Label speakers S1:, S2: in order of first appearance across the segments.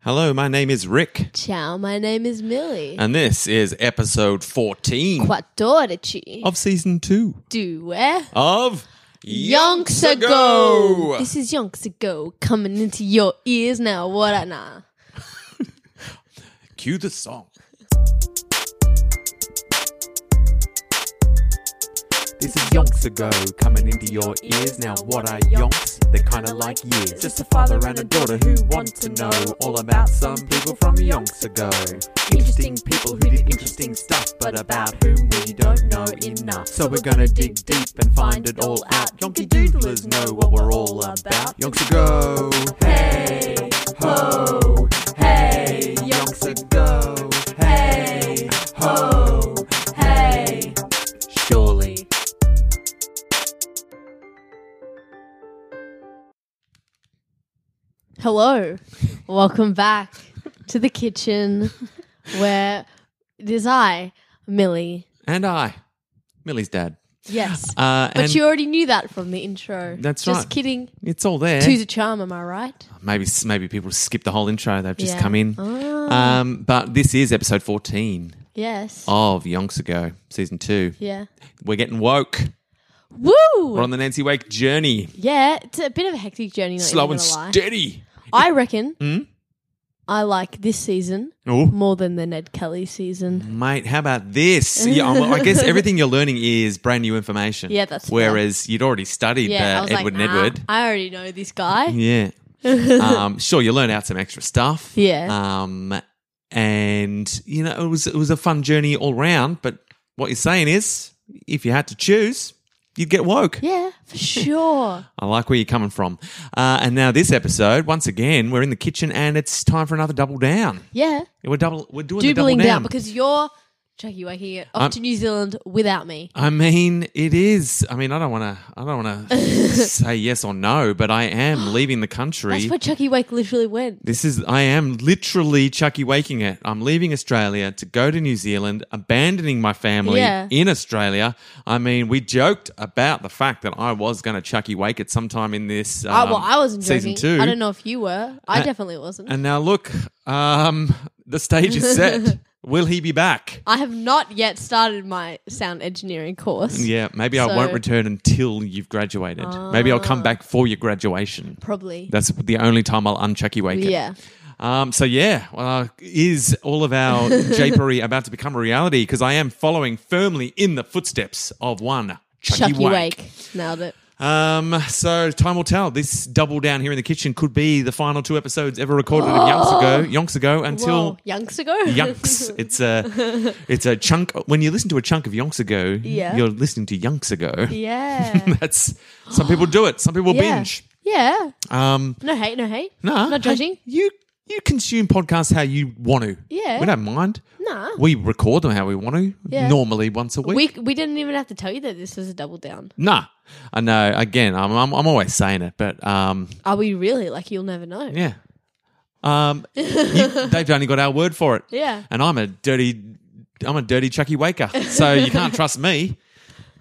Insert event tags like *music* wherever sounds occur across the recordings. S1: Hello, my name is Rick,
S2: Ciao, my name is Millie.
S1: and this is episode 14
S2: Quattordici.
S1: of season two
S2: Due.
S1: of
S2: Yonks ago.
S1: Ago.
S2: This is Yonks ago coming into your ears now. What a nah.
S1: Cue the song.
S3: This is yonks ago, coming into your ears. Now, what are yonks? They're kinda like years. Just a father and a daughter who want to know all about some people from yonks ago. Interesting people who did interesting stuff, but about whom we don't know enough. So we're gonna dig deep and find it all out. Yonky doodlers know what we're all about. Yonks ago, hey ho, hey. Yonks ago, hey ho, hey. Surely.
S2: Hello. Welcome back to
S1: *laughs*
S2: the kitchen where it is I, Millie.
S1: And I, Millie's dad.
S2: Yes.
S1: Uh,
S2: but
S1: and
S2: you already knew that from the intro.
S1: That's
S2: Just
S1: right.
S2: kidding.
S1: it's all there.
S2: Two's a charm, am I right?
S1: Maybe maybe people skip the whole intro. They've just
S2: Yeah.
S1: come in.
S2: Ah.
S1: Um, but this is episode 14
S2: Yes.
S1: of Yonks Ago, season two.
S2: Yeah.
S1: We're getting woke.
S2: Woo!
S1: We're on the Nancy Wake journey.
S2: yeah, it's a bit of a hectic journey. Not
S1: Slow
S2: even
S1: and
S2: gonna lie.
S1: steady.
S2: I reckon
S1: Hmm?
S2: I like this season
S1: Oh.
S2: more than the Ned Kelly season.
S1: Mate, how about
S2: *laughs*
S1: this? Yeah, I'm- I guess everything you're learning is brand new information.
S2: Yeah, that's fair.
S1: Whereas you'd already studied
S2: Yeah, I
S1: uh,
S2: was
S1: Edward
S2: like,
S1: and
S2: nah,
S1: Edward.
S2: I already know this
S1: *laughs*
S2: guy. *laughs*
S1: Yeah. um, sure, you learned out some extra stuff.
S2: Yeah.
S1: Um, and you know, it was it was a fun journey all round. But what you're saying is, if you had to choose, you'd get woke.
S2: Yeah, for sure.
S1: I like where you're coming from. Uh, and now this episode, once again, we're in the kitchen, and it's time for another double down.
S2: Yeah,
S1: We're double. We're doing
S2: doubling
S1: the double
S2: down because you're Chucky Wacky off
S1: I'm-
S2: to New Zealand without me.
S1: I mean, it is. I mean, I don't want to. I don't
S2: *laughs*
S1: want to say yes or no, but I
S2: *gasps*
S1: am leaving the country.
S2: That's where Chucky Wake literally went.
S1: This is, I am literally Chucky waking it. I'm leaving Australia to go to New Zealand, abandoning my family
S2: Yeah.
S1: in Australia. I mean, we joked about the fact that I was going to Chucky wake it sometime in this um,
S2: I, Uh, well, I wasn't
S1: season
S2: joking.
S1: two.
S2: I don't know if you were. I
S1: Uh,
S2: definitely wasn't.
S1: And now look, um, *laughs* the stage is
S2: *laughs*
S1: set. Will he be back?
S2: I have not yet started my sound engineering course.
S1: Yeah, maybe I
S2: So-
S1: won't return until you've graduated. Maybe I'll come back for your graduation.
S2: Probably.
S1: That's the only time I'll unchucky wake it.
S2: yeah.
S1: Um, so yeah, well, is all of
S2: *laughs*
S1: our japery about to become a reality? Because I am following firmly in the footsteps of one Chucky,
S2: Chucky
S1: Wake.
S2: Wake. Nailed it.
S1: Um, so time will tell. This double down here in the kitchen could be the final two episodes ever recorded of Yonks
S2: *gasps*
S1: ago. Yonks ago
S2: Whoa,
S1: until
S2: Yunks ago?
S1: Yunks. It's a it's a chunk. When you listen to a chunk of Yonks ago,
S2: Yeah.
S1: you're listening to Yonks ago.
S2: *laughs*
S1: *laughs*
S2: yeah.
S1: That's some people do it. Some people
S2: *gasps* Yeah.
S1: binge.
S2: Yeah.
S1: Um,
S2: No hate, no hate.
S1: Nah,
S2: Not judging.
S1: Hey, you you consume podcasts how you want to.
S2: Yeah.
S1: we don't mind.
S2: Nah.
S1: we record them how we want to.
S2: Yeah.
S1: Normally once a week.
S2: We we didn't even have to tell you that this was a double down.
S1: nah, I know. Again, I'm, I'm I'm always saying it, but um,
S2: Are we really? Like you'll never know.
S1: yeah,
S2: *laughs*
S1: um, you- they've only got our word for it.
S2: Yeah.
S1: and I'm a dirty, I'm a dirty Chucky Waker, so you
S2: *laughs*
S1: can't trust me.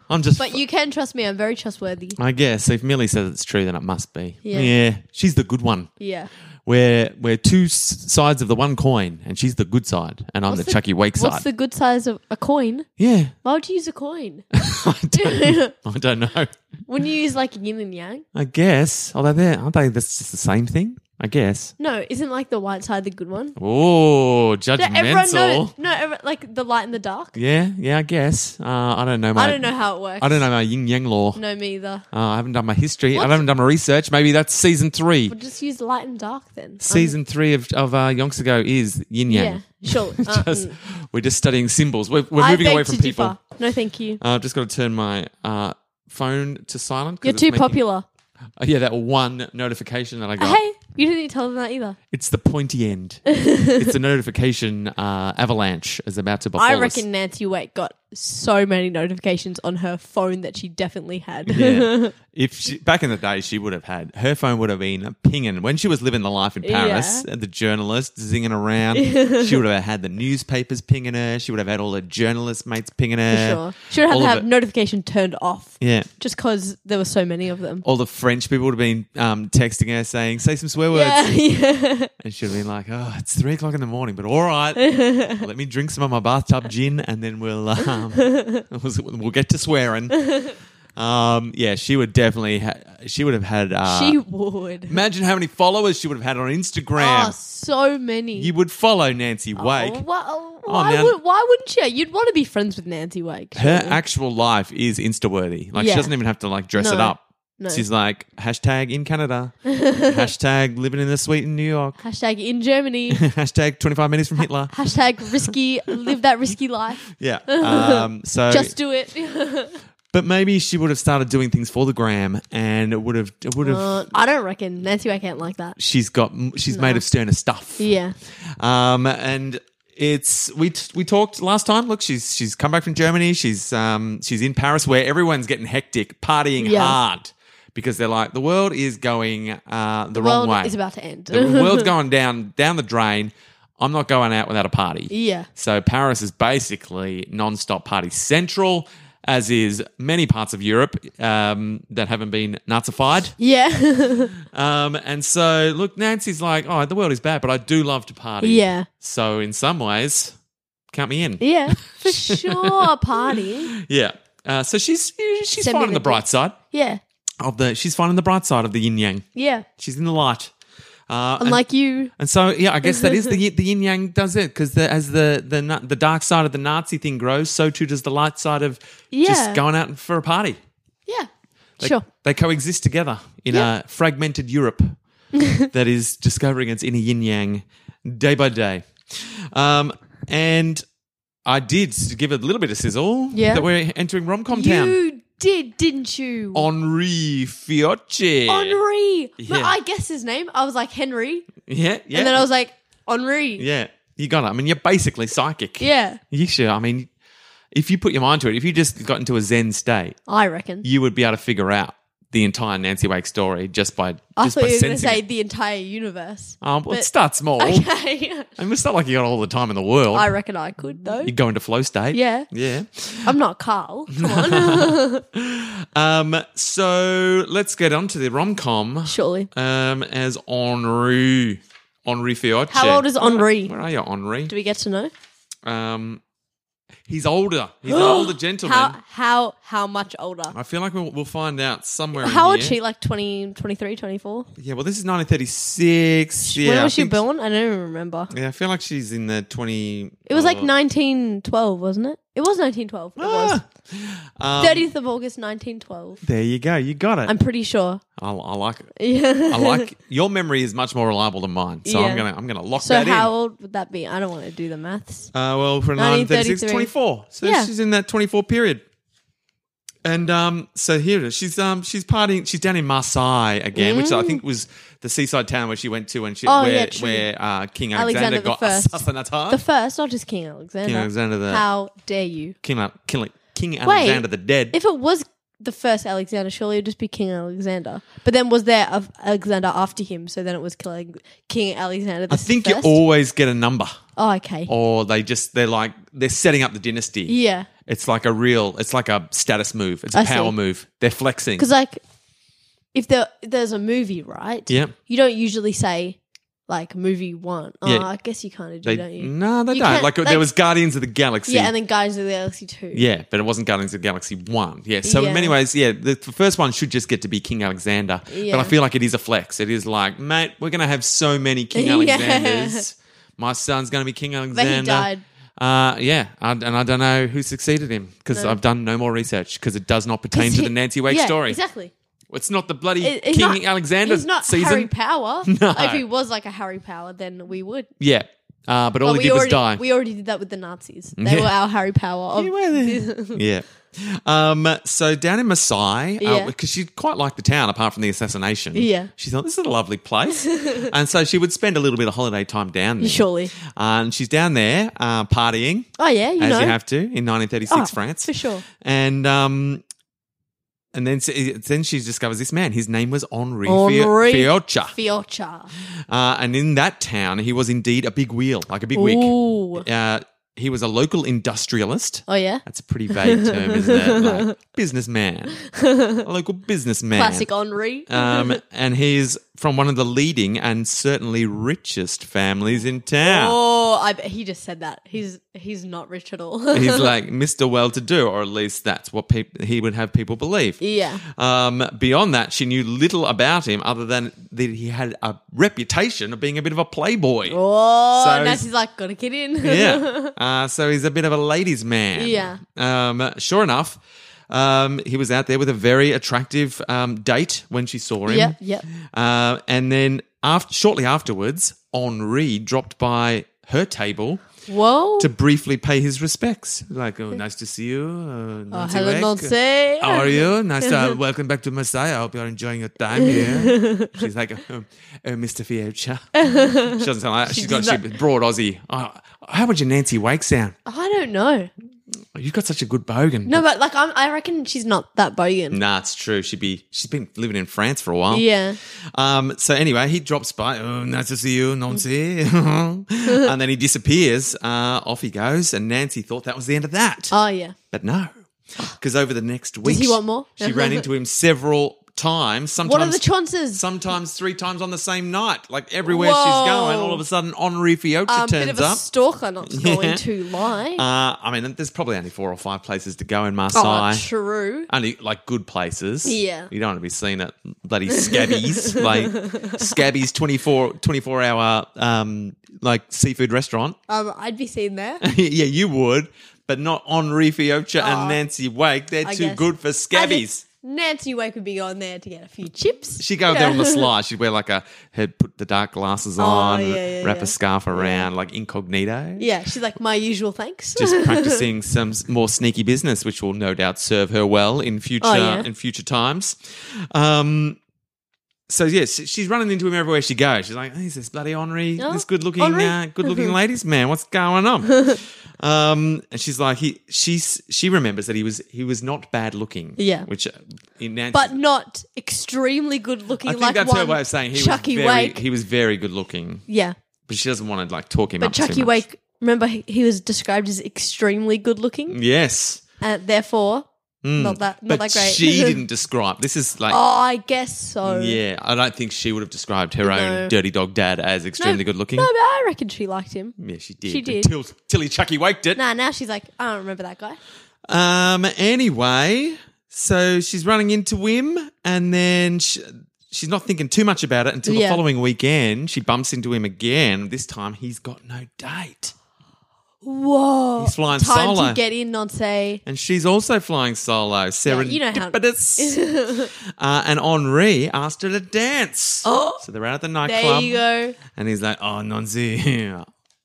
S1: I'm just.
S2: But you can trust me. I'm very trustworthy.
S1: I guess if Millie says it's true, then it must be.
S2: Yeah.
S1: yeah she's the good one.
S2: Yeah.
S1: We're we're two s- sides of the one coin, and she's the good side, and I'm the, Chucky Wake
S2: What's
S1: side.
S2: the good size of a coin?
S1: yeah, *laughs*
S2: Why would you use a coin?
S1: I
S2: *laughs*
S1: don't, I don't know.
S2: Wouldn't you use like yin and yang?
S1: I guess. Although they aren't they? That's just the same thing. I guess.
S2: No, isn't like the white side the good one?
S1: Oh,
S2: No, everyone
S1: judgmental.
S2: knows. No, every, like the light and the dark.
S1: Yeah, yeah. I guess. Uh, I don't know. My,
S2: I don't know how it works.
S1: I don't know my yin yang law.
S2: No, me either.
S1: Uh, I haven't done my history.
S2: What?
S1: I haven't done my research. Maybe that's season three.
S2: We'll just use light and dark then. I'm-
S1: Season three of of uh, Yonks ago is yin yang.
S2: Yeah. Sure.
S1: *laughs*
S2: Uh,
S1: Just-
S2: mm.
S1: We're just studying symbols. We're, we're
S2: I
S1: moving
S2: beg
S1: away from
S2: to
S1: people.
S2: differ. No, thank you.
S1: Uh, I've just got to turn my uh, phone to silent. 'cause
S2: You're
S1: it's
S2: too
S1: making-
S2: popular.
S1: Oh, yeah, that one notification that I
S2: *laughs*
S1: got.
S2: Hey, you didn't tell them that either.
S1: It's the pointy
S2: *laughs*
S1: end. it's the notification uh, avalanche is about to befall
S2: I
S1: us.
S2: reckon Nancy Wake got so many notifications on her phone that she definitely had. *laughs*
S1: Yeah. If she, back in the day, she would have had her phone would have been pinging when she was living the life in Paris.
S2: Yeah.
S1: and The journalists zinging
S2: *laughs*
S1: around. she would have had the newspapers pinging her. She would have had all her journalist mates pinging
S2: for
S1: her.
S2: sure. She would have
S1: all
S2: to
S1: of
S2: have
S1: it.
S2: notification turned off
S1: Yeah.
S2: just because there were so many of them.
S1: All the French people would have been um, texting her saying, "Say some swear swear words.
S2: Yeah, *laughs* yeah.
S1: And she'd have been like, oh, it's three o'clock in the morning, but all
S2: *laughs*
S1: right. Let me drink some of my bathtub gin and then we'll
S2: *laughs*
S1: um, *laughs* we'll get to swearing. Um, yeah, she would definitely, ha- she would have had. Uh,
S2: she would.
S1: imagine how many followers she would have had on Instagram.
S2: Oh, so many.
S1: You would follow Nancy Wake.
S2: Oh, wha-
S1: Oh,
S2: why,
S1: man.
S2: would, why wouldn't you? You'd want to be friends with Nancy Wake.
S1: Her
S2: surely.
S1: actual life is Insta worthy. Like she
S2: Yeah.
S1: doesn't even have to like dress it
S2: No,
S1: up.
S2: no.
S1: She's like hashtag in
S2: *laughs*
S1: Canada, hashtag living in the suite in New York, *laughs*
S2: Hashtag in Germany.
S1: hashtag twenty five minutes from Hitler.
S2: Hashtag risky. Live that
S1: *laughs*
S2: risky life. *laughs*
S1: Yeah. Um, so
S2: Just do it. *laughs*
S1: But maybe she would have started doing things for the gram, and it would have it would have.
S2: Uh, I don't reckon Nancy Wake ain't like that.
S1: she's got she's made of sterner stuff.
S2: Yeah.
S1: Um, and it's we t- we talked last time. Look, she's she's come back from Germany. She's um she's in Paris where everyone's getting hectic, partying
S2: Yeah.
S1: hard because they're like the world is going uh, the, wrong
S2: World
S1: way.
S2: is about to end.
S1: the world's going down down the drain. I'm not going out without a party.
S2: *laughs* yeah.
S1: So Paris is basically non-stop party central, as is many parts of Europe um, that haven't been Nazified.
S2: Yeah.
S1: Um, and so, look, Nancy's like, "Oh, the world is bad, but I do love to party."
S2: yeah.
S1: So, in some ways, count me in. *laughs*
S2: Yeah. For sure. Party.
S1: Yeah. Uh, so she's she's
S2: Send me
S1: finding the
S2: the
S1: bright side
S2: Yeah.
S1: of the she's finding the bright side of the yin yang.
S2: Yeah.
S1: She's in the light. Uh, and-
S2: Unlike you.
S1: And so, yeah, I guess that is
S2: *laughs*
S1: the the yin yang does it because the, as the, the na- the dark side of the Nazi thing grows, so too does the light side of
S2: Yeah.
S1: just going out for a party.
S2: Yeah.
S1: They,
S2: sure.
S1: they coexist together in
S2: Yeah.
S1: a fragmented
S2: *laughs*
S1: Europe that is discovering its inner yin yang day by day. Um, and I did give it a little bit of sizzle
S2: Yeah.
S1: that we're entering rom com town.
S2: You did, didn't you?
S1: Oh, Henri Fiocchi.
S2: Henri. No,
S1: Yeah.
S2: I guessed his name. I was like Henry,
S1: Yeah, yeah.
S2: and then I was like Henri.
S1: yeah, you got it. I mean, you're basically psychic.
S2: Yeah,
S1: You should. I mean, if you put your mind to it, if you just got into a Zen state,
S2: I reckon.
S1: you would be able to figure out the entire Nancy Wake story just by
S2: I
S1: just by
S2: thought Oh, you were going to
S1: sensing.
S2: say
S1: Say,
S2: the entire universe.
S1: um, well,
S2: but-
S1: start small.
S2: *laughs* Okay,
S1: I mean, it's not like you got all the time in the world.
S2: I reckon I could though.
S1: you go into flow state.
S2: Yeah,
S1: Yeah.
S2: I'm not Carl.
S1: *laughs*
S2: Come on,
S1: Um, so let's get on to the rom com
S2: surely.
S1: um, as Henri. Henri Fiocchi.
S2: How old
S1: *laughs*
S2: is Henri?
S1: Where are you, Henri?
S2: Do we get to know
S1: Um, he's older. He's
S2: *gasps*
S1: an older gentleman.
S2: how how how much older?
S1: I feel like we'll, we'll find out somewhere.
S2: How
S1: in
S2: old
S1: here.
S2: she? Like 20, 23, 24?
S1: Yeah, well, this is 1936. Yeah,
S2: when
S1: I
S2: was she
S1: think-
S2: born? I don't even remember.
S1: Yeah, I feel like she's in the 20.
S2: It was like
S1: uh,
S2: 1912, wasn't it? It was 1912. It was.
S1: ah! Um,
S2: 30th of August, 1912.
S1: There you go. You got it.
S2: I'm pretty sure. *laughs*
S1: I, I like it.
S2: Yeah.
S1: I
S2: *laughs*
S1: like your memory is much more reliable than mine, so
S2: Yeah.
S1: I'm gonna I'm gonna lock
S2: So
S1: that
S2: how
S1: in.
S2: old would that be? I don't want to do the maths.
S1: Uh, well, for 1936,
S2: 1933.
S1: 24. So
S2: Yeah.
S1: she's in that 24 period. And um, so here it is. She's um, she's partying. She's down in Marseille again, which I think was the seaside town where she went to, and she
S2: Mm. Oh,
S1: where
S2: yeah, true.
S1: where uh, King Alexander,
S2: Alexander the
S1: got
S2: First.
S1: assassinated.
S2: The first, not just King Alexander.
S1: Uh, King Alexander the
S2: How dare you?
S1: King, Ale- King, King Alexander the Dead.
S2: If it was the first Alexander, surely it would just be King Alexander. But then was there a Alexander after him? So then it was King- King Alexander. The
S1: I think you
S2: first?
S1: always get a number,
S2: Oh, okay.
S1: or they just they're like they're setting up the dynasty.
S2: Yeah,
S1: It's like a real, it's like a status move. It's a
S2: I see.
S1: power move. They're flexing.
S2: because like if there there's a movie, right?
S1: Yep.
S2: You don't usually say like movie one. Oh,
S1: Yeah.
S2: I guess you kind of do,
S1: They, mm,
S2: don't you?
S1: No, they
S2: You
S1: don't.
S2: can't-
S1: Like,
S2: like-
S1: there was Guardians of the Galaxy.
S2: Yeah, and then Guys of the Galaxy two.
S1: Yeah, but it wasn't Guardians of the Galaxy 1. Yeah. So, in
S2: Yeah.
S1: many ways, yeah, the, the first one should just get to be King Alexander.
S2: Yeah.
S1: But I feel like it is a flex. It is like, mate, we're going to have so many King
S2: *laughs* Yeah.
S1: Alexanders. My son's going to be King
S2: But
S1: Alexander.
S2: he died.
S1: Uh, yeah, I, and I don't know who succeeded him because I've done no more research because it does not pertain
S2: 'Cause
S1: to
S2: *laughs* he-
S1: the Nancy Wake
S2: yeah,
S1: story.
S2: Exactly.
S1: It's not the bloody
S2: It- it's
S1: King
S2: not-
S1: Alexander
S2: He's not
S1: season.
S2: Harry Power.
S1: *laughs* No.
S2: If he was like a Harry Power, then we would.
S1: yeah, uh, but all
S2: But
S1: he
S2: we
S1: did was
S2: already,
S1: die.
S2: We already did that with the Nazis. They
S1: Yeah.
S2: were our Harry Power. Of,
S1: *laughs* yeah. Um, so down in Maasai, because
S2: Yeah.
S1: she quite liked the town apart from the assassination.
S2: Yeah.
S1: She thought, this is a lovely
S2: *laughs*
S1: place. and so she would spend a little bit of holiday time down there.
S2: *laughs* surely.
S1: And she's down there uh, partying,
S2: Oh yeah, you
S1: as
S2: know.
S1: you have to, in 1936
S2: Oh,
S1: France.
S2: for sure.
S1: And um, and then then she discovers this man. His name was Henri,
S2: Henri.
S1: Fioccia.
S2: Fiocca.
S1: Uh, and in that town, he was indeed a big wheel, like a big wig.
S2: Ooh.
S1: Uh, he was a local industrialist.
S2: Oh yeah,
S1: That's a pretty vague term, isn't it?
S2: *laughs*
S1: Like businessman, a local businessman.
S2: classic Henri.
S1: Um, and he's from one of the leading and certainly richest families in town.
S2: oh, I, bet he just said that. He's he's not rich at all.
S1: He's like Mr. Well to do, or at least that's what peop he would have people believe.
S2: *laughs* yeah.
S1: Um, beyond that, she knew little about him other than that he had a reputation of being a bit of a playboy.
S2: Oh, *laughs*
S1: So
S2: and now
S1: he's-
S2: she's like, gotta get in. *laughs*
S1: yeah. Uh, so he's a bit of a ladies' man.
S2: Yeah.
S1: Um, sure enough, um, he was out there with a very attractive um, date when she saw him.
S2: Yep, yep.
S1: Uh, and then after, shortly afterwards, Henri dropped by her table
S2: Whoa.
S1: to briefly pay his respects. Like, oh, nice to see you. Uh,
S2: oh,
S1: Nancy
S2: hello,
S1: Wake.
S2: Nancy.
S1: How are
S2: *laughs*
S1: you? Nice to welcome back to Masai. I hope you're enjoying your time here. She's like, um, oh, Mr.
S2: *laughs*
S1: Fiocha. She doesn't sound like that. She's got
S2: does
S1: she's broad Aussie. Oh, how would your Nancy Wake sound?
S2: I don't know.
S1: Oh, You've got such a good bogan.
S2: No, but like, I'm, I reckon she's not that bogan.
S1: Nah, it's true. She'd be. She's been living in France for a while.
S2: Yeah.
S1: Um. So anyway, he drops by. Oh, nice to see you, Nancy. *laughs* and then he disappears. Uh, off he goes. And Nancy thought that was the end of that.
S2: Oh, yeah.
S1: But no, because over the next week,
S2: he want more?
S1: She ran into him several times. Sometimes,
S2: What are the chances?
S1: Sometimes three times on the same night. Like everywhere she's
S2: Whoa.
S1: going, all of a sudden, Henri Fiocha
S2: a
S1: turns
S2: bit of a
S1: up.
S2: stalker, not to go
S1: Yeah.
S2: into lie.
S1: uh, I mean, there's probably only four or five places to go in
S2: oh,
S1: Marseille.
S2: true.
S1: only like good places.
S2: Yeah.
S1: You don't want to be seen at bloody
S2: *laughs*
S1: Scabbies, like Scabbies 24, 24 hour um, like seafood restaurant. *laughs*
S2: Um, I'd be seen there.
S1: yeah, you would, but not Henri Fiocha and Nancy Wake. They're
S2: I
S1: too
S2: guess.
S1: good for Scabbies.
S2: Nancy Wake would be on there to get a few chips.
S1: She'd go up there on
S2: *laughs*
S1: the sly. She'd wear like a, he'd put the dark glasses on,
S2: Oh, yeah, yeah,
S1: wrap
S2: yeah.
S1: a scarf around, like incognito.
S2: *laughs* Yeah, she's like my usual thanks. *laughs*
S1: Just practicing some s- more sneaky business, which will no doubt serve her well in future
S2: Oh, yeah.
S1: in future times. Um, so yes, she- she's running into him everywhere she goes. She's like, "Hey, "Is this bloody Henri?
S2: Oh,
S1: this good looking,
S2: Henri."
S1: uh, good
S2: *laughs*
S1: looking ladies man? What's going on?" um, and she's like, "He, she's she remembers that he was he was not bad looking,
S2: Yeah.
S1: which uh, in Nancy's
S2: but not extremely good looking.
S1: I think
S2: like
S1: that's
S2: one
S1: her way of saying he
S2: Chucky
S1: was very,
S2: Wake.
S1: he was very good looking,
S2: yeah,
S1: but she doesn't want to like talk him
S2: but
S1: up. too
S2: Chucky
S1: much.
S2: Wake. Remember, he, he was described as extremely good looking,
S1: yes,
S2: and therefore not that not
S1: Mm. but
S2: that great. *laughs*
S1: she didn't describe. This is like,
S2: oh, I guess so.
S1: yeah, I don't think she would have described her
S2: No.
S1: own dirty dog dad as extremely good looking.
S2: No, but I reckon she liked him.
S1: yeah, she did.
S2: she did.
S1: Till, till he Chucky waked it.
S2: Nah, now she's like, I don't remember that guy.
S1: Um. Anyway, so she's running into him, and then she, she's not thinking too much about it until the
S2: Yeah.
S1: following weekend. She bumps into him again. This time, he's got no date.
S2: Whoa,
S1: He's flying
S2: time
S1: solo.
S2: to get in, not say.
S1: And she's also flying solo. Serendipitous.
S2: you know how- *laughs*
S1: uh, and Henri asked her to dance.
S2: Oh.
S1: So they're out at the
S2: There
S1: nightclub.
S2: you go.
S1: And he's like, oh, Nancy,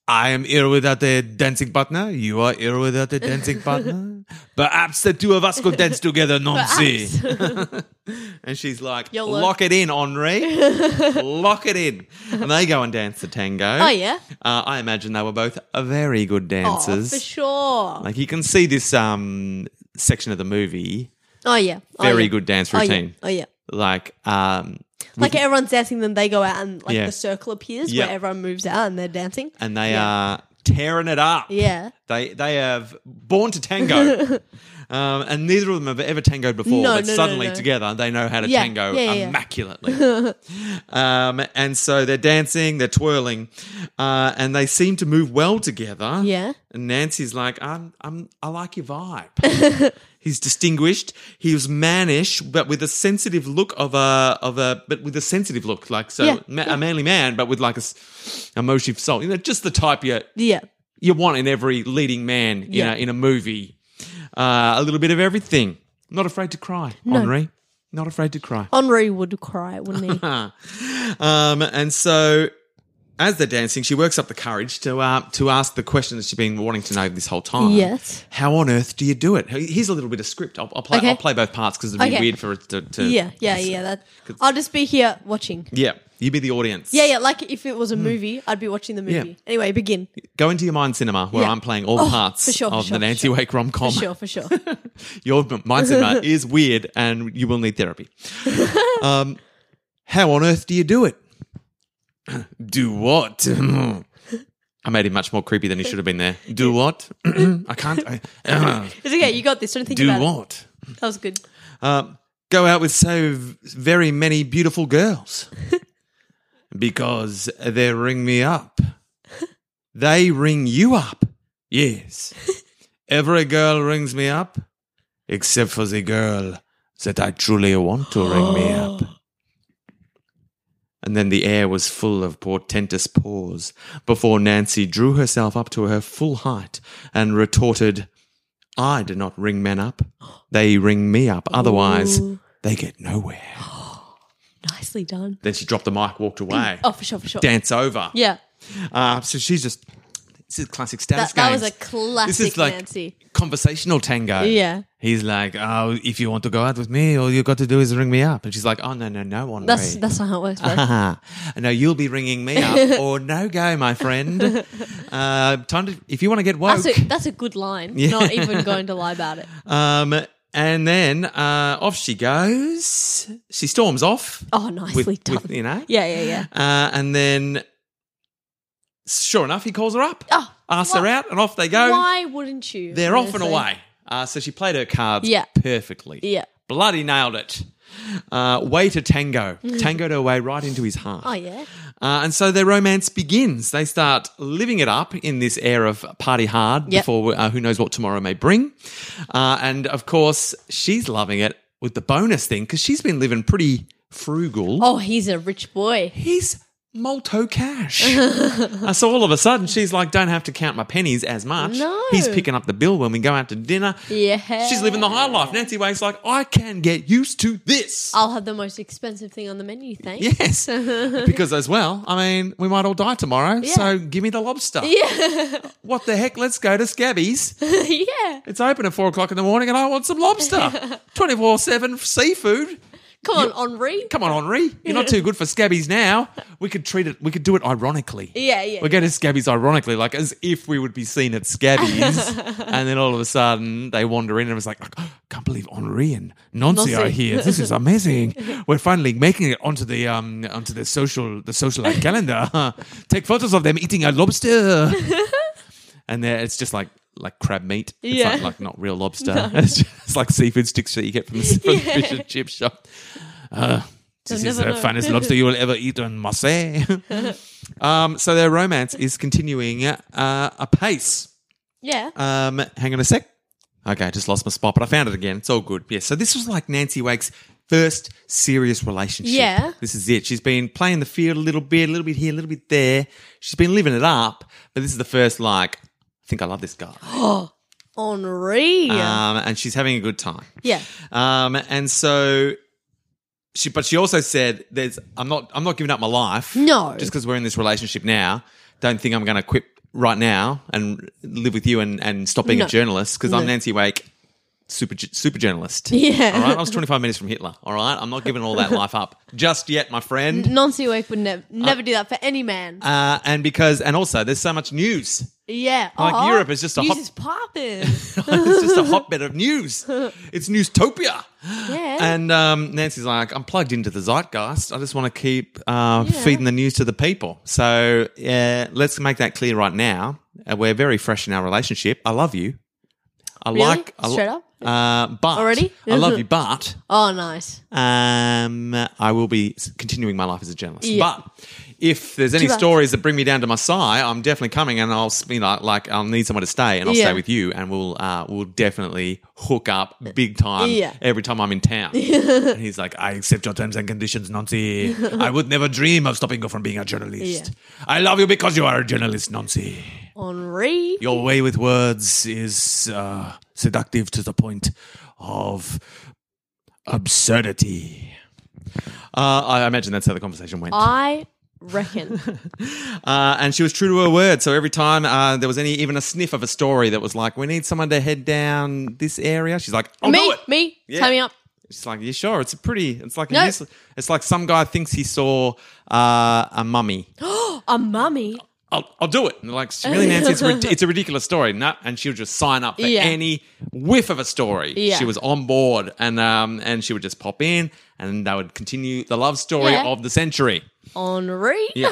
S1: I am here without a dancing partner. You are here without a
S2: *laughs*
S1: dancing partner. Perhaps the two of us could dance together, Nancy.
S2: *laughs*
S1: and she's like,
S2: Yolo.
S1: lock it in,
S2: *laughs*
S1: Henri. lock it in. And they go and dance the tango.
S2: Oh yeah,
S1: Uh, I imagine they were both very good
S2: oh,
S1: dancers.
S2: for sure.
S1: Like you can see this um section of the movie,
S2: Oh yeah, Oh,
S1: very
S2: yeah.
S1: good dance
S2: Oh, yeah.
S1: routine.
S2: Oh yeah.
S1: Like um
S2: Like everyone's dancing, then they go out and like
S1: Yeah.
S2: the circle appears
S1: Yeah. Uh,
S2: where everyone moves out and they're dancing.
S1: and they
S2: Yeah.
S1: are tearing it up.
S2: Yeah.
S1: They they have born to tango.
S2: *laughs*
S1: um and neither of them have ever tangoed before,
S2: No,
S1: but
S2: no, no,
S1: suddenly
S2: no.
S1: together they know how to
S2: Yeah,
S1: tango
S2: yeah, yeah.
S1: immaculately. *laughs* um and so they're dancing, they're twirling, uh and they seem to move well together.
S2: Yeah.
S1: And Nancy's like, I'm, I'm, I like your
S2: *laughs*
S1: vibe. He's distinguished. He was mannish, but with a sensitive look of a, of a, but with a sensitive look, like so
S2: Yeah,
S1: ma- a manly man, but with like a s- emotive soul. You know, just the type you
S2: Yeah.
S1: you want in every leading man, you
S2: Yeah.
S1: know, in a movie. Uh, a little bit of everything. Not afraid to cry, Henri. Not afraid to cry.
S2: Henri would
S1: *laughs*
S2: cry, wouldn't he?
S1: Um, and so as they're dancing, she works up the courage to uh, to ask the question that she's been wanting to know this whole time.
S2: Yes.
S1: How on earth do you do it? Here's a little bit of script. I'll, I'll play.
S2: Okay.
S1: I'll play both parts because it'd be
S2: Okay.
S1: weird for it to. to
S2: yeah,
S1: *laughs*
S2: yeah, yeah. That I'll just be here watching.
S1: Yeah. You be the audience.
S2: Yeah, yeah. Like if it
S1: Hmm.
S2: was a movie, I'd be watching the movie.
S1: *laughs*
S2: Anyway, begin.
S1: Go into your mind cinema where
S2: Yeah.
S1: I'm playing all the
S2: Oh,
S1: parts
S2: for sure, for
S1: of
S2: sure,
S1: the
S2: for
S1: Nancy
S2: sure.
S1: Wake rom com.
S2: For sure,
S1: *laughs*
S2: for sure.
S1: Your mind
S2: *laughs*
S1: cinema is weird, and you will need therapy. um, *clears throat*
S2: *laughs*
S1: how on earth do you do it? Do what? I made him much more creepy than he should have been there. Do what? *clears throat* I can't. I, *clears throat*
S2: It's okay. You got this. Don't think
S1: do
S2: about
S1: what?
S2: it. That was good.
S1: Um, go out with so v- very many beautiful girls because they ring me up. They ring you up. Yes. Every girl rings me up except for the girl that I truly want to ring me up. And then the air was full of portentous pause before Nancy drew herself up to her full height and retorted, I do not ring men up. They ring me up. Otherwise,
S2: Ooh.
S1: they get nowhere.
S2: Nicely done.
S1: Then she dropped the mic, walked away.
S2: *gasps* Oh, for sure, for sure.
S1: Dance over.
S2: Yeah.
S1: Uh, so she's just, this is classic status
S2: That, that
S1: games.
S2: was a classic
S1: This is like
S2: Nancy.
S1: conversational tango.
S2: Yeah.
S1: He's like, oh, if you want to go out with me, all you got to do is ring me up. And she's like, oh, no, no, no, one *laughs*
S2: That's *laughs* that's not how it works, bro.
S1: no, you'll be ringing me up
S2: *laughs*
S1: or no go, my friend. Uh, time to, if you want to get woke.
S2: That's a, that's a good line. Not even going to
S1: *laughs*
S2: lie about it.
S1: Um, and then uh, off she goes. She storms off.
S2: Oh,
S1: *laughs*
S2: nicely
S1: with,
S2: done.
S1: with, you know.
S2: yeah, yeah,
S1: *laughs* Uh,
S2: yeah.
S1: and then, sure enough, he calls her up,
S2: Oh,
S1: asks her
S2: what?
S1: out, and off they go.
S2: Why wouldn't you?
S1: They're off and
S2: honestly?
S1: away. Uh, so she played her cards
S2: Yeah.
S1: perfectly.
S2: Yeah.
S1: Bloody nailed it. Uh, way to tango.
S2: Mm.
S1: Tangoed her way right into his heart.
S2: Oh yeah.
S1: Uh, and so their romance begins. They start living it up in this air of party hard
S2: Yep.
S1: before uh, who knows what tomorrow may bring. Uh, and of course, she's loving it with the bonus thing because she's been living pretty frugal.
S2: Oh, he's a rich boy.
S1: He's molto
S2: *laughs*
S1: cash. Uh, so all of a sudden, she's like, don't have to count my pennies as much.
S2: No.
S1: He's picking up the bill when we go out to dinner.
S2: Yeah.
S1: She's living the high life. Nancy Wake's like, I can get used to this.
S2: I'll have the most expensive thing on the menu, thanks.
S1: Yes. because as well, I mean, we might all die tomorrow. So give me the lobster. Yeah. *laughs* what the heck? Let's go to Scabby's.
S2: *laughs* yeah.
S1: It's open at four o'clock in the morning and I want some lobster. 24 7 seafood.
S2: Come on, Henri.
S1: Come on, Henri. You're not too good for Scabby's now. We could treat it, we could do it ironically.
S2: Yeah, yeah.
S1: We're going to Scabby's ironically, like as if we would be seen at
S2: *laughs*
S1: Scabby's. and then all of a sudden they wander in and it's like, "Oh, can't believe Henri and Nancy
S2: Nancy.
S1: are here. This is
S2: *laughs*
S1: amazing. We're finally making it onto the um onto the social the socialite calendar. *laughs* Take photos of them eating a
S2: *laughs*
S1: lobster. and there it's just like like crab meat. It's
S2: Yeah.
S1: like, like not real
S2: *laughs*
S1: lobster. *laughs* It's just like seafood sticks that you get from the, from the fish and chip shop. Uh, this
S2: You'll
S1: is
S2: never
S1: the
S2: know.
S1: finest lobster you will ever eat in
S2: *laughs*
S1: Marseille. um, so their romance is continuing uh, apace.
S2: Yeah.
S1: Um, hang on a sec. Okay, I just lost my spot, but I found it again. It's all good. Yeah, so this was like Nancy Wake's first serious relationship.
S2: Yeah.
S1: This is it. She's been playing the field a little bit, a little bit here, a little bit there. She's been living it up, but this is the first, like, I think I love this
S2: *gasps*
S1: guy.
S2: Henri.
S1: Um, and she's having a good time.
S2: yeah.
S1: Um, and so she, but she also said, "There's, I'm not, I'm not giving up my life.
S2: No.
S1: just because we're in this relationship now, don't think I'm going to quit right now and live with you and and stop being
S2: No.
S1: a journalist because I'm
S2: No.
S1: Nancy Wake, super ju- super journalist.
S2: Yeah.
S1: all right. I was 25 minutes from Hitler. All right, I'm not giving all that life
S2: *laughs*
S1: up just yet, my friend.
S2: Nancy Wake would nev- never do that for any man.
S1: Uh, and because, and also, there's so much news *laughs*
S2: yeah. Oh,
S1: like
S2: Aw.
S1: Europe is just a
S2: News
S1: hot-
S2: is
S1: *laughs*
S2: popping.
S1: it's just a hotbed of news. It's newstopia.
S2: Yeah.
S1: And um, Nancy's like, I'm plugged into the zeitgeist. I just want to keep uh,
S2: Yeah.
S1: feeding the news to the people. So uh, let's make that clear right now. Uh, we're very fresh in our relationship. I love you. I
S2: Really?
S1: like I
S2: Straight up?
S1: Uh, but
S2: Already?
S1: I love you, but
S2: oh, nice.
S1: um, I will be s- continuing my life as a journalist.
S2: Yeah.
S1: But if there's any
S2: Too bad.
S1: stories that bring me down to my sigh, I'm definitely coming, and I'll s- you know, like I'll need someone to stay, and I'll
S2: Yeah.
S1: stay with you, and we'll uh, we'll definitely hook up big time
S2: Yeah.
S1: every time I'm in
S2: *laughs*
S1: town. and he's like, I accept your terms and conditions, Nancy. I would never dream of stopping you from being a
S2: *laughs*
S1: journalist. I love you because you are a journalist, Nancy.
S2: Henri.
S1: Your way with words is uh, seductive to the point of absurdity. Uh, I imagine that's how the conversation went. Uh,
S2: I reckon.
S1: and she was true to her word. So every time uh, there was any, even a sniff of a story that was like, we need someone to head down this area, she's like, *laughs* I'll do
S2: me,
S1: it.
S2: me,
S1: Yeah.
S2: tie me up.
S1: She's like, yeah, sure. It's a pretty, it's like, a
S2: No.
S1: useless- it's like some guy thinks he saw uh, a mummy.
S2: A mummy.
S1: I'll, I'll do it. And they're like, really, Nancy, it's, rid- it's a ridiculous story. No, and she'll just sign up for
S2: Yeah.
S1: any whiff of a story.
S2: Yeah.
S1: She was on board and um, and she would just pop in and they would continue the love story
S2: Yeah.
S1: of the century.
S2: *laughs* Henri.
S1: Yeah.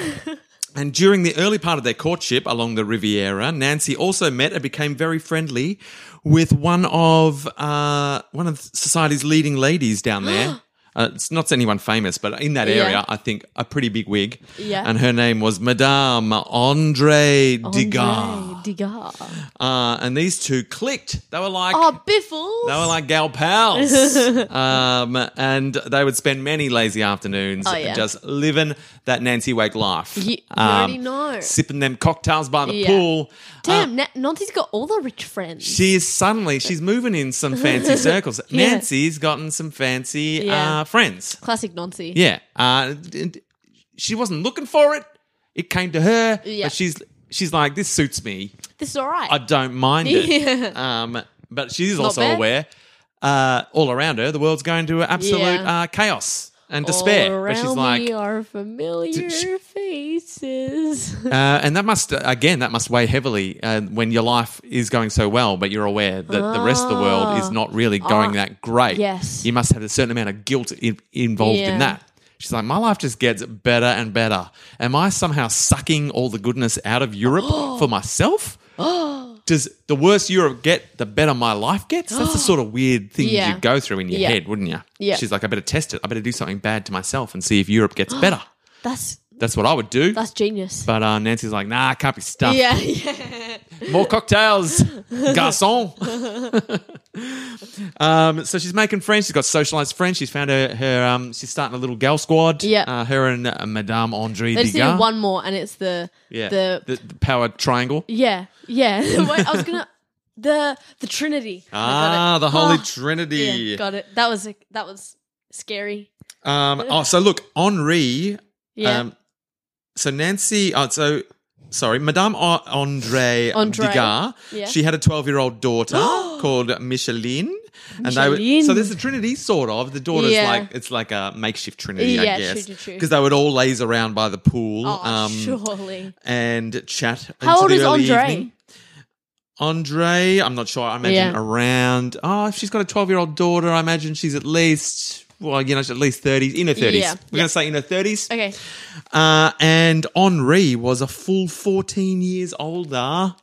S1: And during the early part of their courtship along the Riviera, Nancy also met and became very friendly with one of uh, one of society's leading ladies
S2: *gasps*
S1: down there. Uh, it's not anyone famous, but in that area,
S2: Yeah.
S1: I think a pretty big wig.
S2: Yeah.
S1: And her name was Madame Andre Degas.
S2: Andre Degas.
S1: Uh, and these two clicked. They were like,
S2: Oh, Biffles.
S1: they were like gal
S2: *laughs*
S1: pals. um, and they would spend many lazy afternoons
S2: Oh, yeah.
S1: just living that Nancy Wake life. Um,
S2: You- you already know.
S1: Sipping them cocktails by the
S2: Yeah.
S1: pool. Uh,
S2: Damn, Na- Nancy's got all the rich friends.
S1: She is suddenly, she's moving in some
S2: *laughs*
S1: fancy circles.
S2: Yeah.
S1: Nancy's gotten some fancy
S2: Yeah.
S1: uh, friends.
S2: Classic Nancy.
S1: Yeah. Uh, and she wasn't looking for it. It came to her.
S2: Yeah.
S1: But she's, she's like, this suits me.
S2: This is all right.
S1: I don't mind it.
S2: Yeah.
S1: Um, but she is
S2: Not
S1: also
S2: bad.
S1: aware uh, all around her, the world's going to absolute
S2: Yeah.
S1: uh, chaos and
S2: All
S1: despair. But she's
S2: around
S1: like,
S2: me are familiar
S1: she- *laughs*
S2: faces.
S1: uh, and that must, again, that must weigh heavily uh, when your life is going so well, but you're aware that the rest of the world is not really going that great.
S2: Ah. yes.
S1: You must have a certain amount of guilt in, involved
S2: Yeah.
S1: in that. She's like, my life just gets better and better. Am I somehow sucking all the goodness out of Europe
S2: *gasps*
S1: for myself? Does the worse Europe get, the better my life gets? That's
S2: *gasps*
S1: the sort of weird thing
S2: Yeah.
S1: you'd go through in your
S2: Yeah.
S1: head, wouldn't you?
S2: Yeah.
S1: She's like, I better test it. I better do something bad to myself and see if Europe
S2: *gasps*
S1: gets better.
S2: That's
S1: That's what I would do.
S2: that's genius.
S1: but uh, Nancy's like, nah, I can't be stuffed.
S2: yeah, yeah.
S1: More
S2: *laughs*
S1: cocktails, garçon. um, so she's making friends. She's got socialized friends. She's found her. her um, she's starting a little girl squad.
S2: Yeah.
S1: Uh, her and uh, Madame Andre
S2: I just need
S1: Degas.
S2: one more, and it's the
S1: yeah.
S2: the,
S1: The, the power triangle.
S2: yeah yeah. *laughs* Wait, I was
S1: *laughs*
S2: gonna the the Trinity. I got
S1: Ah,
S2: it.
S1: the Holy
S2: Ah,
S1: Trinity.
S2: *laughs* Yeah, got it. That was that was scary.
S1: um, oh, so look, Henri.
S2: Yeah,
S1: Um, so Nancy. Oh, so sorry, Madame O- Andre,
S2: Andre.
S1: Degas.
S2: Yeah.
S1: She had a twelve-year-old daughter
S2: *gasps*
S1: called Micheline. And they would,
S2: Micheline.
S1: so there's the Trinity, sort of. The daughter's
S2: Yeah.
S1: like it's like a makeshift Trinity,
S2: Yeah,
S1: I guess,
S2: true, true, true.
S1: because they would all laze around by the pool
S2: oh
S1: um,
S2: *laughs* surely.
S1: and chat.
S2: How
S1: into
S2: old
S1: the
S2: is
S1: early
S2: Andre?
S1: evening. Andre, I'm not sure. I imagine
S2: Yeah.
S1: around. Oh, if she's got a 12 year old daughter, I imagine she's at least. Well, you know, she's at least 30s, in her 30s.
S2: Yeah.
S1: We're going to say in her 30s.
S2: Okay,
S1: Uh, and Henri was a full 14 years older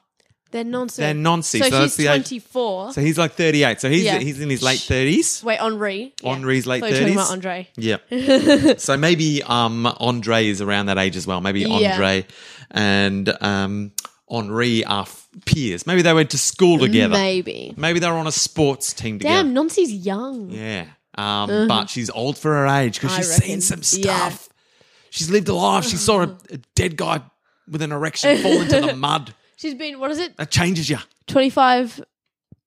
S2: they're nonsense.
S1: than Nancy.
S2: So,
S1: that's
S2: she's
S1: the age-
S2: twenty four.
S1: So he's like 38. So he's
S2: Yeah.
S1: he's in his late 30s.
S2: Wait, Henri. Yeah.
S1: Henri's late
S2: Thought you were talking
S1: 30s.
S2: about Andre. *laughs*
S1: Yeah. so maybe um, Andre is around that age as well. Maybe
S2: Yeah.
S1: Andre and um, Henri are f- peers. Maybe they went to school together.
S2: Maybe.
S1: Maybe they were on a sports team
S2: Damn,
S1: together.
S2: Nancy's young.
S1: Yeah. Um, But she's old for her age because
S2: I
S1: she's seen
S2: reckon.
S1: some
S2: Yeah.
S1: stuff. She's lived a life. She saw
S2: *laughs*
S1: a, a dead guy with an erection fall into the mud.
S2: She's been what is it?
S1: That changes you.
S2: Twenty five?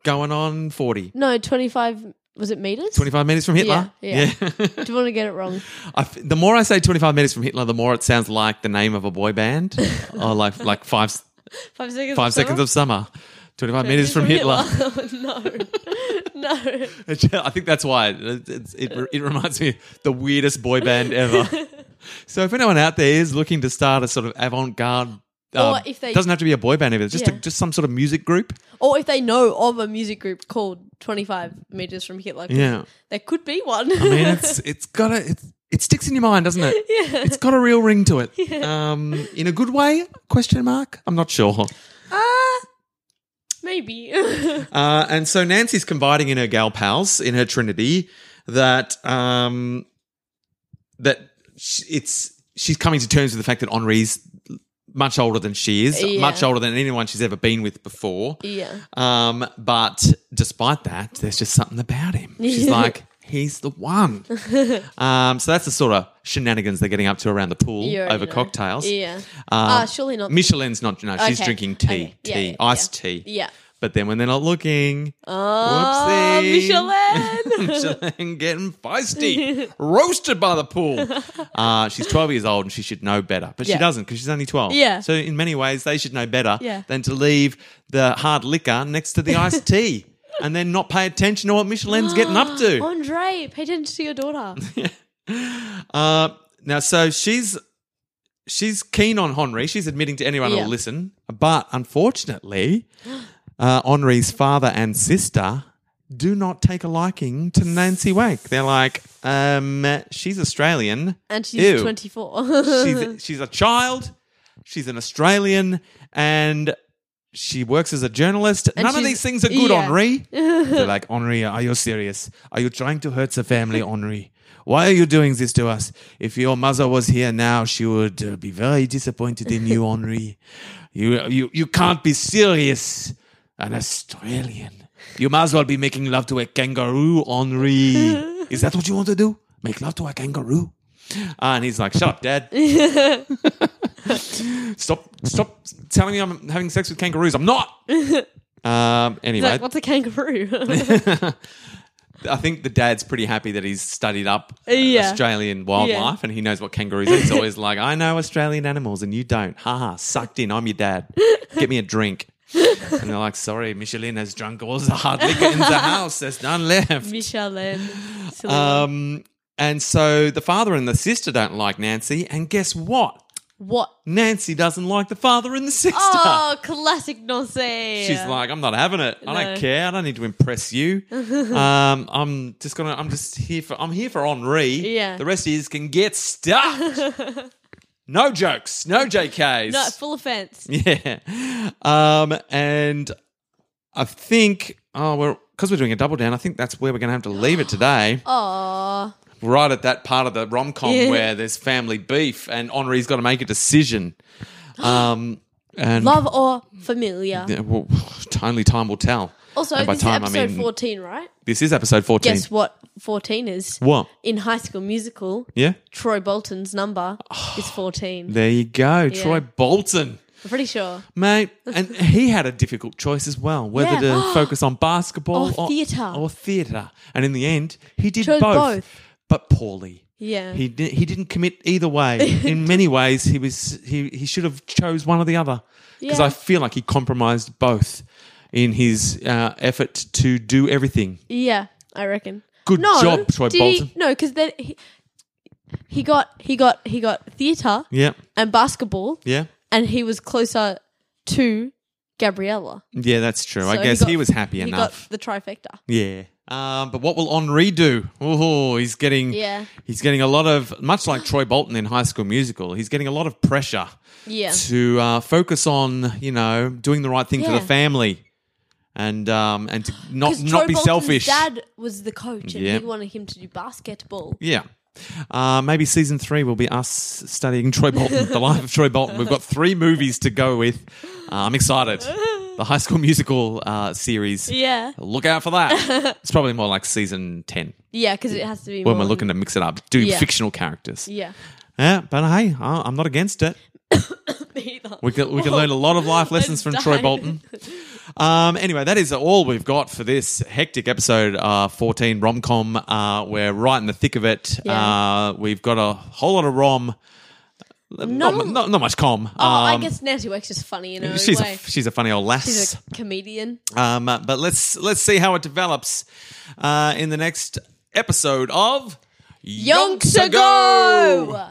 S1: Going on 40.
S2: No, twenty five. Was it meters?
S1: 25 minutes from Hitler.
S2: Yeah, Do you want to get it wrong?
S1: *laughs* I f the more I say 25 minutes from Hitler, the more it sounds like the name of a boy
S2: *laughs*
S1: band or like like five s-
S2: Five seconds.
S1: five seconds of summer. 25 minutes from Hitler.
S2: *laughs*
S1: *laughs*
S2: no, no.
S1: I think that's why it, it, it, it reminds me of the weirdest boy band
S2: *laughs*
S1: ever. so if anyone out there is looking to start a sort of avant-garde um,
S2: if they-
S1: doesn't have to be a boy band either, just a,
S2: Yeah.
S1: just some sort of music group.
S2: Or if they know of a music group called Twenty Five Meters from Hitler, 'cause
S1: Yeah.
S2: there could be one.
S1: I mean, it's it's got a it's, it sticks in your mind, doesn't it? Yeah. It's got a real ring to it. Um, in a good way? Question mark. I'm not sure.
S2: *laughs*
S1: *laughs*
S2: Maybe. *laughs*
S1: Uh, and so Nancy's confiding in her gal pals in her Trinity that um, that sh- it's she's coming to terms with the fact that Henri's much older than she is,
S2: Yeah.
S1: much older than anyone she's ever been with before.
S2: yeah.
S1: Um, but despite that, there's just something about him.
S2: *laughs*
S1: She's like, he's the one. um, so that's the sort of shenanigans they're getting up to around the pool
S2: You already
S1: over
S2: know.
S1: cocktails.
S2: Yeah.
S1: Um,
S2: Ah, surely not.
S1: Micheline's not. No, she's
S2: Okay.
S1: drinking tea,
S2: Okay. Yeah,
S1: tea,
S2: yeah,
S1: iced tea.
S2: yeah.
S1: But then when they're not looking,
S2: Oh,
S1: *laughs*
S2: Michelin.
S1: Michelin getting feisty, roasted by the pool.
S2: *laughs*
S1: Uh, she's 12 years old and she should know better, but she
S2: Yeah.
S1: doesn't because she's only 12.
S2: Yeah.
S1: So, in many ways, they should know better
S2: Yeah.
S1: than to leave the hard liquor next to the iced
S2: *laughs*
S1: tea and then not pay attention to what Michelin's getting up
S2: Oh,
S1: to.
S2: Andre, pay attention to
S1: *laughs*
S2: your daughter.
S1: Uh, now, so she's. She's keen on Henri. She's admitting to anyone
S2: Yeah.
S1: who'll listen. But unfortunately, *gasps* uh, Henri's father and sister do not take a liking to Nancy Wake. They're like, um, she's Australian.
S2: And she's
S1: Ew.
S2: 24.
S1: she's, she's a child. She's an Australian and she works as a journalist.
S2: And
S1: None of
S2: she's-
S1: these things are good,
S2: yeah. *laughs*
S1: Henri. They're like, Henri, are you serious? Are you trying to hurt the family, Henri? Why are you doing this to us? If your mother was here now, she would uh, be very disappointed in you,
S2: *laughs*
S1: Henri. You, you, you can't be serious. An Australian. You might as well be making love to a kangaroo,
S2: *laughs*
S1: Henri. Is that what you want to do? Make love to a kangaroo? Ah, and he's like, "Shut up,
S2: *laughs*
S1: Dad! *laughs* stop! Stop telling me I'm having sex with kangaroos. I'm
S2: *laughs*
S1: not." um. Anyway,
S2: *laughs* Like, what's
S1: *laughs*
S2: a kangaroo?
S1: I think the dad's pretty happy that he's studied up uh,
S2: Yeah.
S1: Australian wildlife and he knows what kangaroos are. He's
S2: *laughs*
S1: always like, I know Australian animals and you don't. Haha, sucked in. I'm your dad. Get me a
S2: *laughs*
S1: drink. and they're like, sorry, Michelin has drunk all the hard liquor in the
S2: *laughs*
S1: house. There's none left.
S2: Michelin. Silly.
S1: Um, and so the father and the sister don't like Nancy. And guess what?
S2: what?
S1: Nancy doesn't like the father and the sister.
S2: Oh, classic Nancy.
S1: *laughs* She's like, I'm not having it. I
S2: No.
S1: don't care. I don't need to impress
S2: *laughs*
S1: you. um, I'm just gonna. I'm just here for. I'm here for Henri.
S2: Yeah.
S1: The rest of you can get
S2: *laughs*
S1: stuffed. no jokes. No JKs.
S2: no, full offense.
S1: *laughs* yeah. Um, and I think oh we're because we're doing a double down. I think that's where we're gonna have to leave
S2: *gasps*
S1: it today.
S2: Oh,
S1: Right at that part of the rom com
S2: Yeah.
S1: where there's family beef and Henri's got to make a
S2: *gasps*
S1: decision. Um, and
S2: love or familiar.
S1: yeah, well, *sighs* only time will tell.
S2: Also,
S1: And by
S2: this
S1: time, I
S2: is episode
S1: mean-
S2: 14, right?
S1: This is episode 14.
S2: Guess what 14 is?
S1: What?
S2: In High School Musical,
S1: Yeah.
S2: Troy Bolton's number
S1: *sighs*
S2: is 14.
S1: There you go. Troy Bolton.
S2: I'm pretty sure.
S1: Mate, and he had a difficult choice as well, whether
S2: Yeah. *gasps*
S1: to focus on basketball
S2: Or theatre.
S1: Or theatre. And in the end, he did
S2: Chose
S1: both,
S2: both.
S1: But poorly.
S2: Yeah.
S1: He di- he didn't commit either
S2: *laughs*
S1: way. In many ways, he was he he should have chose one or the other because
S2: Yeah.
S1: I feel like he compromised both in his uh, effort to do everything.
S2: yeah, I reckon.
S1: Good
S2: no,
S1: job, Troy
S2: did he-
S1: Bolton.
S2: no, because then he, he got he got he got theatre
S1: Yeah,
S2: and basketball,
S1: yeah,
S2: and he was closer to Gabriella.
S1: yeah. That's true. I
S2: So
S1: guess he,
S2: got-
S1: was happy
S2: he
S1: enough.
S2: got the trifecta.
S1: Yeah. Um, but what will Henri do? Oh, he's getting
S2: Yeah.
S1: he's getting a lot of much like Troy Bolton in High School Musical. He's getting a lot of pressure
S2: Yeah,
S1: to uh, focus on you know doing the right thing for
S2: Yeah.
S1: the family, and um, and to not
S2: 'Cause
S1: not
S2: Troy
S1: be
S2: Bolton's
S1: selfish.
S2: Dad was the coach, and
S1: Yeah.
S2: he wanted him to do basketball.
S1: Yeah. Uh, maybe season three will be us studying Troy Bolton, the life of Troy Bolton. We've got three movies to go with. Uh, I'm
S2: *laughs*
S1: excited. The High School Musical uh, series.
S2: Yeah,
S1: Look out for
S2: *laughs*
S1: that. It's probably more like season 10.
S2: yeah, because it has to be
S1: when
S2: more
S1: we're
S2: than-
S1: looking to mix it up, do
S2: Yeah.
S1: fictional characters. Yeah.
S2: Yeah, *laughs*
S1: but uh, hey, I- I'm not against it.
S2: me either. Oh.
S1: We can, we can learn a lot of
S2: *laughs*
S1: life lessons from Troy
S2: dying.
S1: Bolton. Um, anyway, that is all we've got for this hectic episode uh, 14 rom com. Uh, we're right in the thick of it.
S2: Yeah.
S1: Uh, we've got a whole lot of rom. Not, mu- not, not much com.
S2: Oh, I
S1: Um,
S2: guess Nancy Wex is funny in her own
S1: she's a,
S2: way.
S1: she's a funny old lass.
S2: She's a comedian.
S1: um, uh, but let's let's see how it develops uh, in the next episode of
S2: Yonks ago.